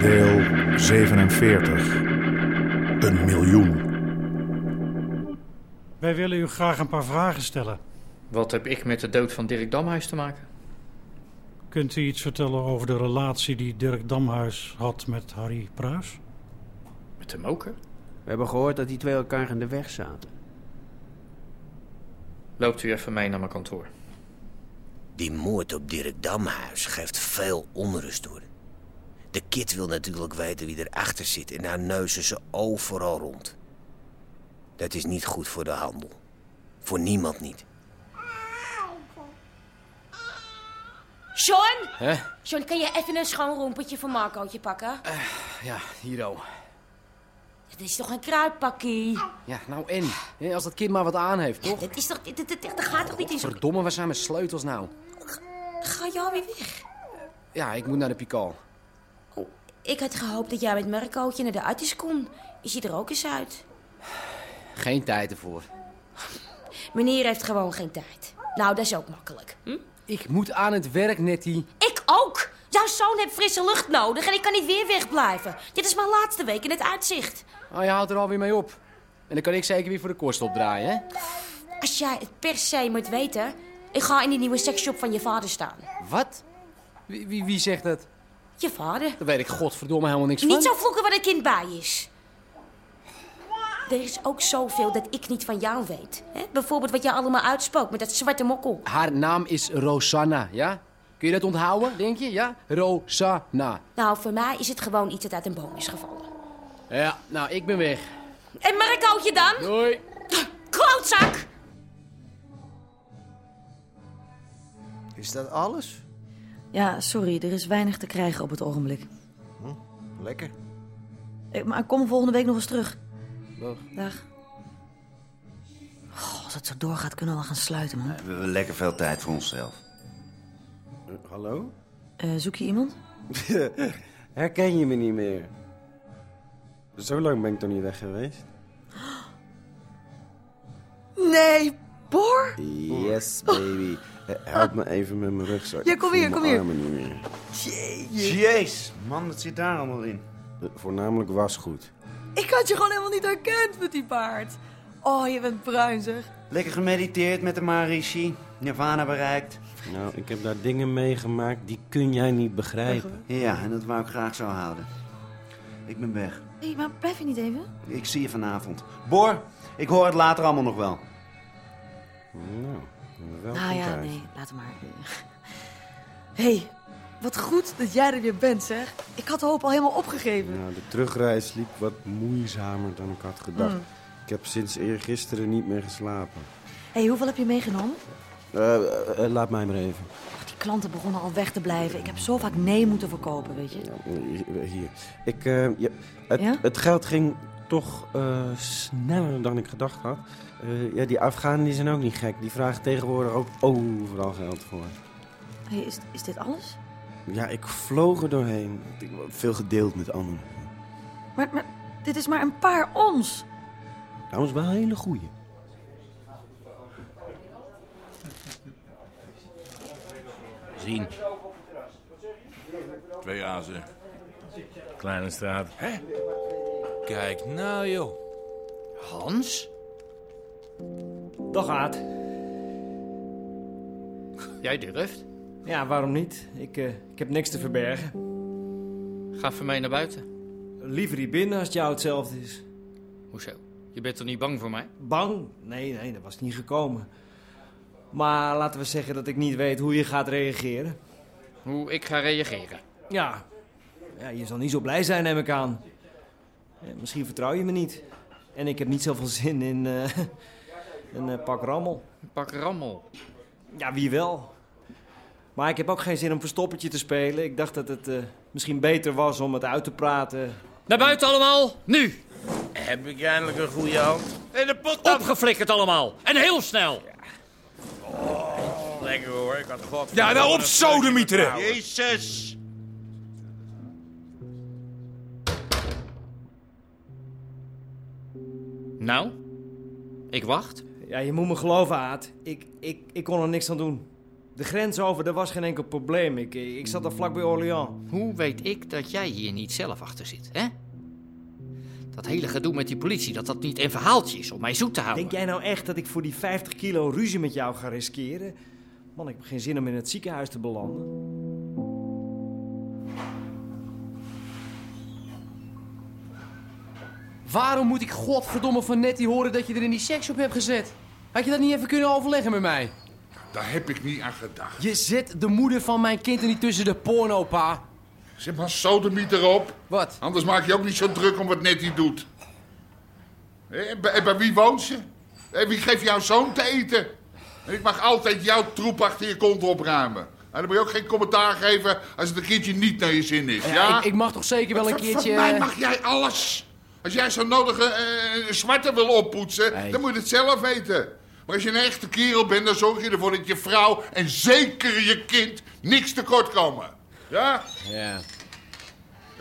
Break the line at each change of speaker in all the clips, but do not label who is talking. Deel 47. Een miljoen.
Wij willen u graag een paar vragen stellen.
Wat heb ik met de dood van Dirk Damhuis te maken?
Kunt u iets vertellen over de relatie die Dirk Damhuis had met Harry Pruis?
Met de moker?
We hebben gehoord dat die twee elkaar in de weg zaten.
Loopt u even mee naar mijn kantoor.
Die moord op Dirk Damhuis geeft veel onrust door. De kid wil natuurlijk weten wie erachter zit en haar neuzen ze overal rond. Dat is niet goed voor de handel. Voor niemand niet.
Sean? Sean, kan je even een schoon rompertje voor Marcootje pakken?
Ja, hier al.
Dit is toch een kruidpakkie?
Ja, nou en? Hè, Als dat kind maar wat aan heeft, toch?
Dit is toch... Dit, dit, dit, dit gaat toch niet in zo'n...
Verdomme, waar zijn mijn sleutels nou?
Ga je alweer weg?
Ja, ik moet naar de pikal.
Oh, ik had gehoopt dat jij met Marcootje naar de uitjes kon. Is hij er ook eens uit?
Geen tijd ervoor.
Meneer heeft gewoon geen tijd. Nou, dat is ook makkelijk. Hm?
Ik moet aan het werk, Nettie.
Ik ook! Jouw zoon heeft frisse lucht nodig en ik kan niet weer wegblijven. Dit is mijn laatste week in het uitzicht.
Ah, je haalt er alweer mee op. En dan kan ik zeker weer voor de kost opdraaien, hè?
Als jij het per se moet weten... Ik ga in die nieuwe seksshop van je vader staan.
Wat? Wie, wie, wie zegt dat?
Je vader?
Daar weet ik godverdomme helemaal niks van.
Niet zo vloeken waar een kind bij is. Er is ook zoveel dat ik niet van jou weet. Hè? Bijvoorbeeld wat jij allemaal uitspookt met dat zwarte mokkel.
Haar naam is Rosanna, ja? Kun je dat onthouden, denk je? Ja? Rosanna.
Nou, voor mij is het gewoon iets dat uit een boom is gevallen.
Ja, nou, ik ben weg.
En Marcootje dan?
Doei.
Klootzak!
Is dat alles?
Ja, sorry, er is weinig te krijgen op het ogenblik.
Lekker.
Ik, maar ik kom volgende week nog eens terug. Dag. Goh, als het zo doorgaat, kunnen we al gaan sluiten, man.
We hebben lekker veel tijd voor onszelf.
Eh, hallo?
Eh, zoek je iemand?
Herken je me niet meer? Zo lang ben ik toch niet weg geweest?
Nee, Bor?
Yes, baby. Eh, help me even met mijn rugzak.
Ja,
Ik
kom
voel
hier, kom
mijn
hier.
armen niet meer.
Jeez, man, wat zit daar allemaal in?
Eh, Voornamelijk wasgoed.
Ik had je gewoon helemaal niet herkend met die baard. Oh, je bent bruin, zeg.
Lekker gemediteerd met de Maharishi. Nirvana bereikt.
Nou, ik heb daar dingen meegemaakt die kun jij niet begrijpen.
Ja, en dat wou ik graag zo houden. Ik ben weg.
Hé, maar blijf je niet even?
Ik zie je vanavond. Bor, ik hoor het later allemaal nog wel.
Nou, welkom
Nou ja,
thuis.
nee, laat het maar. Hé, hey, wat goed dat jij er weer bent, zeg. Ik had de hoop al helemaal opgegeven.
Nou, de terugreis liep wat moeizamer dan ik had
Mm.
gedacht. Ik heb sinds eergisteren niet meer geslapen.
Hé, hey, hoeveel heb je meegenomen?
Eh, eh, eh, laat mij maar even.
Ach, Oh, die klanten begonnen al weg te blijven. Ik heb zo vaak nee moeten verkopen, weet je.
Hier. Ik, eh, ja, het,
Ja?
het geld ging toch eh, sneller dan ik gedacht had. Eh, ja, die Afghanen die zijn ook niet gek. Die vragen tegenwoordig ook overal geld voor.
Hé, is, is dit alles?
Ja, ik vloog er doorheen. Ik heb veel gedeeld met anderen.
Maar, maar dit is maar een paar ons.
Trouwens, Nou, wel een hele goeie.
Zien. Twee azen. Kleine straat. Hè? Kijk nou, joh.
Hans?
Dag Aad.
Jij durft?
Ja, waarom niet? Ik, eh, ik heb niks te verbergen.
Ga voor mij naar buiten.
Liever hier binnen als het jou hetzelfde is.
Hoezo? Je bent toch niet bang voor mij?
Bang? Nee, nee, dat was niet gekomen. Maar laten we zeggen dat ik niet weet hoe je gaat reageren.
Hoe ik ga reageren?
Ja, ja je zal niet zo blij zijn, neem ik aan. Eh, misschien vertrouw je me niet. En ik heb niet zoveel zin in eh, een eh, pak rammel. Een
pak rammel?
Ja, wie wel. Maar ik heb ook geen zin om verstoppertje te spelen. Ik dacht dat het eh, misschien beter was om het uit te praten.
Naar buiten allemaal, nu!
Heb ik eindelijk een goede hand? En de pot
Opgeflikkerd allemaal. En heel snel.
Lekker hoor, ik had god.
Ja, nou op sodemieteren!
Jezus!
Nou, ik wacht.
Ja, je moet me geloven, Aad. Ik, ik, ik kon er niks aan doen. De grens over, er was geen enkel probleem. Ik, ik zat er vlak bij Orléans.
Hoe weet ik dat jij hier niet zelf achter zit, hè? Dat hele gedoe met die politie, dat dat niet een verhaaltje is om mij zoet te houden.
Denk jij nou echt dat ik voor die 50 kilo ruzie met jou ga riskeren? Man, ik heb geen zin om in het ziekenhuis te belanden.
Waarom moet ik godverdomme van Nettie horen dat je er in die seks op hebt gezet? Had je dat niet even kunnen overleggen met mij?
Daar heb ik niet aan gedacht.
Je zet de moeder van mijn kind er niet tussen de porno, pa.
Zet maar sodemiet erop.
Wat?
Anders maak je ook niet zo druk om wat Nettie doet. Hé, En bij, en bij wie woont ze? En wie geeft jouw zoon te eten? En ik mag altijd jouw troep achter je kont opruimen. En dan moet je ook geen commentaar geven als het een keertje niet naar je zin is, ja?
Ik, ik mag toch zeker wel een
Van- van
keertje...
mij mag jij alles. Als jij zo nodig een, eh, een zwarte wil oppoetsen, dan moet je het zelf weten. Maar als je een echte kerel bent, dan zorg je ervoor dat je vrouw en zeker je kind niks tekort komen. Ja?
Ja.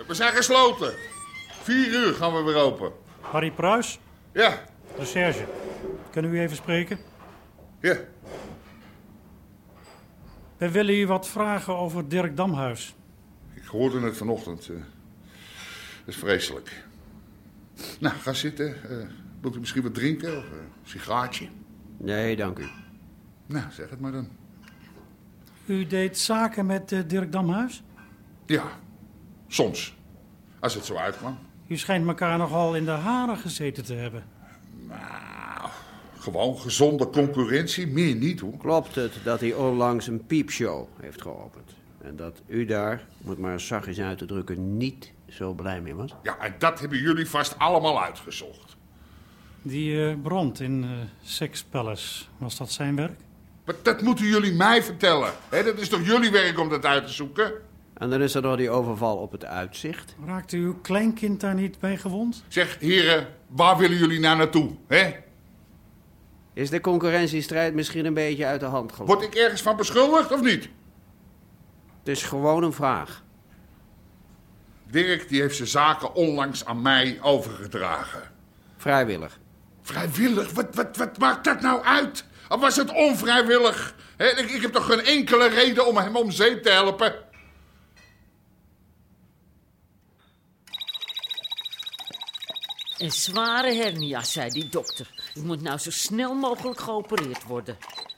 We zijn gesloten. Vier uur gaan we weer open.
Harry Pruis?
Ja.
De Serge. Kunnen u even spreken?
Ja.
We willen u wat vragen over Dirk Damhuis.
Ik hoorde het vanochtend. eh. dat is vreselijk. Nou, ga zitten. Eh, wilt u misschien wat drinken? Of eh, een sigaartje?
Nee, dank u.
Nou, zeg het maar dan.
U deed zaken met eh, Dirk Damhuis?
Ja, soms. Als het zo uitkwam.
U schijnt elkaar nogal in de haren gezeten te hebben.
Gewoon gezonde concurrentie, meer niet hoor.
Klopt het dat hij onlangs een piepshow heeft geopend? En dat u daar, om het maar zachtjes uit te drukken, niet zo blij mee was?
Ja, en dat hebben jullie vast allemaal uitgezocht.
Die eh, brand in eh Sex Palace, was dat zijn werk?
Maar dat moeten jullie mij vertellen. Hè, dat is toch jullie werk om dat uit te zoeken?
En dan is er nog die overval op het uitzicht.
Raakte uw kleinkind daar niet bij gewond?
Zeg, heren, waar willen jullie nou naartoe? Hè?
Is de concurrentiestrijd misschien een beetje uit de hand gelopen?
Word ik ergens van beschuldigd of niet?
Het is gewoon een vraag.
Dirk die heeft zijn zaken onlangs aan mij overgedragen.
Vrijwillig.
Vrijwillig? Wat, wat, wat maakt dat nou uit? Of was het onvrijwillig? Hè, ik, ik heb toch geen enkele reden om hem om zeep te helpen?
Een zware hernia, zei die dokter. Die moet nou zo snel mogelijk geopereerd worden.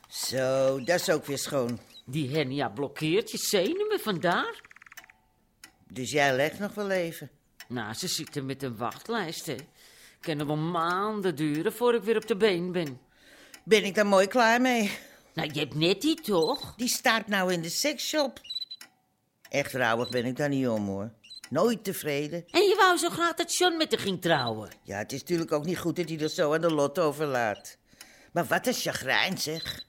Zo, dat is ook weer schoon.
Die hernia blokkeert je zenuwen vandaar.
Dus jij legt nog wel even.
Nou, ze zitten met een wachtlijst, hè. Kunnen wel maanden duren voor ik weer op de been ben.
Ben ik daar mooi klaar mee?
Nou, je hebt net die toch?
Die staat nou in de seksshop. Echt rouwig ben ik daar niet om hoor. Nooit tevreden.
En je wou zo graag dat John met haar ging trouwen.
Ja, het is natuurlijk ook niet goed dat hij dat zo aan de lot overlaat. Maar wat een chagrijn zeg.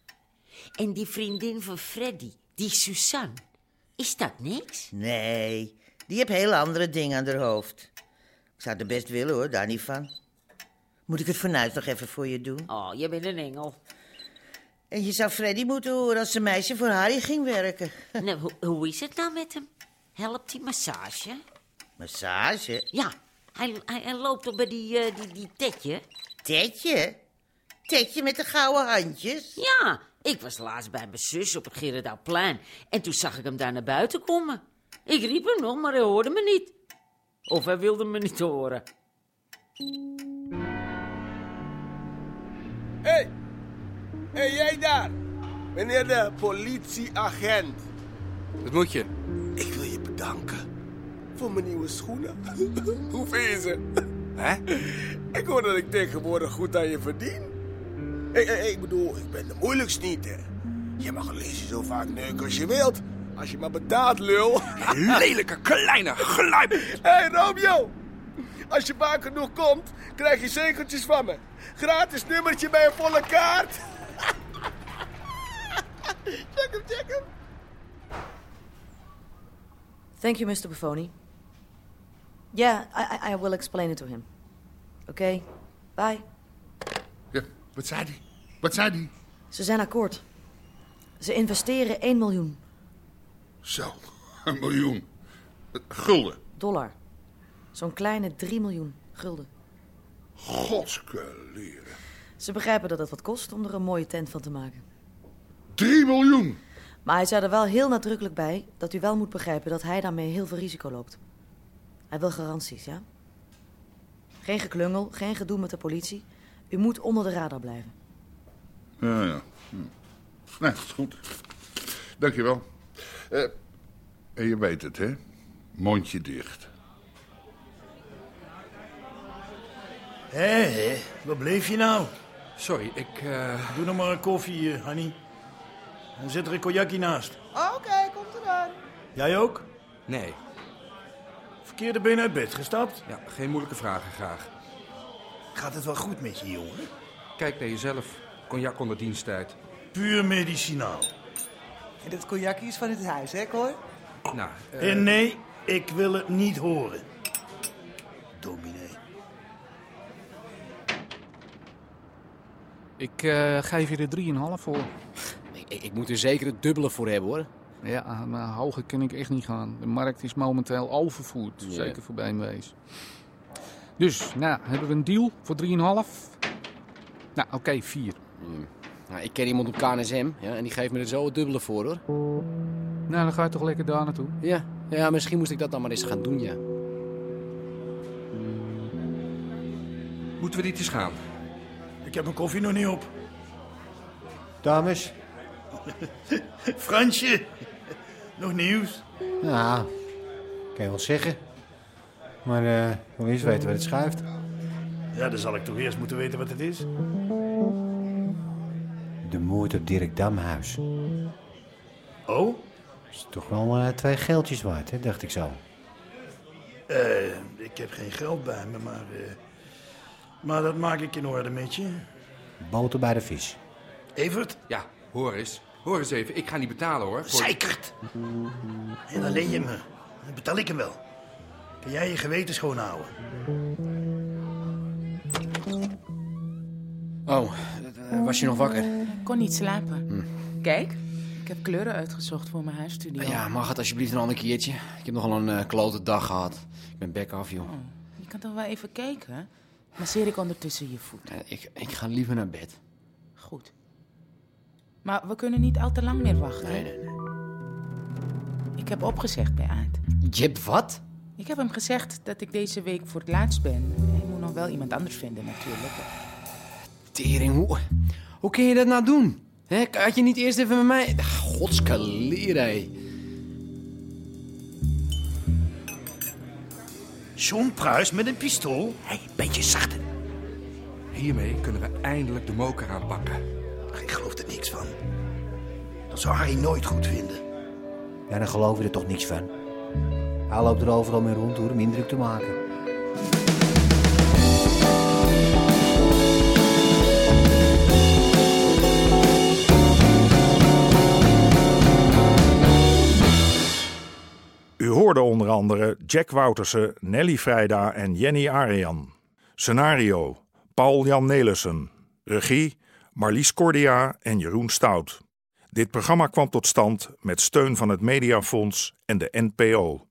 En die vriendin van Freddy, die Suzanne, is dat niks?
Nee, die heeft heel andere dingen aan haar hoofd. Ik zou het best willen hoor, daar niet van. Moet ik het vanuit nog even voor je doen?
Oh, je bent een engel.
En je zou Freddy moeten horen als een meisje voor Harry ging werken.
Nou, hoe, hoe is het nou met hem? Helpt die massage?
Massage?
Ja, hij, hij, hij loopt toch bij die, eh, die, die tetje?
Tetje? Tetje met de gouden handjes?
Ja, ik was laatst bij mijn zus op het Gerardouwplein. En toen zag ik hem daar naar buiten komen. Ik riep hem nog, maar hij hoorde me niet. Of hij wilde me niet horen.
Hé, hey. hey, jij daar. Meneer de politieagent.
Dat moet je.
Ik wil je bedanken. Voor mijn nieuwe schoenen. Hoeveel is het?
Hè?
Ik hoor dat ik tegenwoordig goed aan je verdien. Ik, ik, ik bedoel, ik ben de moeilijkst niet, hè. Je mag een leesje zo vaak neuken als je wilt. Als je maar betaalt, lul.
Lelijke, kleine gluip.
Hé, hey, Romeo.
Als je vaak genoeg komt, krijg je zegeltjes van me. Gratis nummertje bij een volle kaart. check hem, check hem.
Thank you, Mr. Buffoni. Yeah, I, I- I will explain it to him. Okay, bye.
Ja, wat zei die? Wat zei die?
Ze zijn akkoord. Ze investeren 1 miljoen
Zo, een miljoen. Eh, Gulden.
dollar. Zo'n kleine 3 miljoen gulden.
Godskeleren.
Ze begrijpen dat het wat kost om er een mooie tent van te maken.
3 miljoen!
Maar hij zei er wel heel nadrukkelijk bij dat u wel moet begrijpen dat hij daarmee heel veel risico loopt. Hij wil garanties, ja? Geen geklungel, geen gedoe met de politie. U moet onder de radar blijven.
Ja, ja. Hm. Nee, is goed. Dankjewel. Eh en je weet het, hè? Mondje dicht.
Hé, hé, waar bleef je nou? Sorry, ik... Doe nog maar een koffie, eh, Hanny. Dan zit er een kojakje naast.
Oké, komt eraan.
Jij ook?
Nee.
Verkeerde been uit bed gestapt?
Ja, geen moeilijke vragen graag.
Gaat het wel goed met je, jongen?
Kijk naar jezelf. Cognac onder diensttijd.
Puur medicinaal.
En dat cognacje is van het huis, hè, Cor?
Nou, eh,
En nee, ik wil het niet horen. Dominee.
Ik eh, geef je er 3,5 voor.
Ik, ik moet er zeker het dubbele voor hebben hoor.
Ja, aan, eh, hoger kan ik echt niet gaan. De markt is momenteel overvoerd,
Ja.
zeker voor BMW's. Dus, nou, hebben we een deal voor 3,5? Nou, oké, 4.
Nou, ik ken iemand op KNSM ja, en die geeft me er zo het dubbele voor hoor.
Nou, dan ga je toch lekker daar naartoe?
Ja, ja, misschien moest ik dat dan maar eens gaan doen ja.
moeten we niet eens gaan?
Ik heb mijn koffie nog niet op.
Dames?
Fransje, nog nieuws?
Ja, kan je wel zeggen. Maar eh, ik wil eerst weten waar het schuift.
Ja, dan zal ik toch eerst moeten weten wat het is.
De moord op Dirk Damhuis.
Oh?
Is toch wel eh, twee geldjes waard, hè? dacht ik zo.
Eh, ik heb geen geld bij me, maar... eh, maar dat maak ik in orde met je.
Boter bij de vis.
Evert?
Ja, hoor eens. Hoor eens even, ik ga niet betalen hoor. Voor-
Zeikert! En dan leen je me. Dan betaal ik hem wel. Kan jij je geweten schoonhouden?
Oh, eh, was je nog wakker?
Ik kon niet slapen.
Kijk.
Ik heb kleuren uitgezocht voor mijn huisstudio.
Ja, mag het alsjeblieft een ander keertje? Ik heb nogal een eh, klote dag gehad. Ik ben bek af, joh.
Je kan toch wel even kijken? Masseer ik ondertussen je voeten.
Eh, Ik, ik ga liever naar bed.
Goed. Maar we kunnen niet al te lang meer wachten.
Nee, nee, nee.
Ik heb opgezegd bij Aad.
Je hebt wat?
Ik heb hem gezegd dat ik deze week voor het laatst ben. Hij moet nog wel iemand anders vinden, natuurlijk.
Tering, hoe, hoe kun je dat nou doen? Hè, had je niet eerst even met mij... Godskaleer, hé.
Zo'n pruis met een pistool? Hé, beetje zachter.
Hiermee kunnen we eindelijk de moker aanpakken.
Ik geloof er niks van. Dat zou Harry nooit goed vinden.
Ja, dan geloof je er toch niks van. Hij loopt er overal mee rond hoor, om indruk te maken.
U hoorde onder andere Jack Woutersen, Nelly Vrijda en Jenny Arian. Scenario: Paul-Jan Nelissen. Regie: Marlies Cordia en Jeroen Stout. Dit programma kwam tot stand met steun van het Mediafonds en de NPO.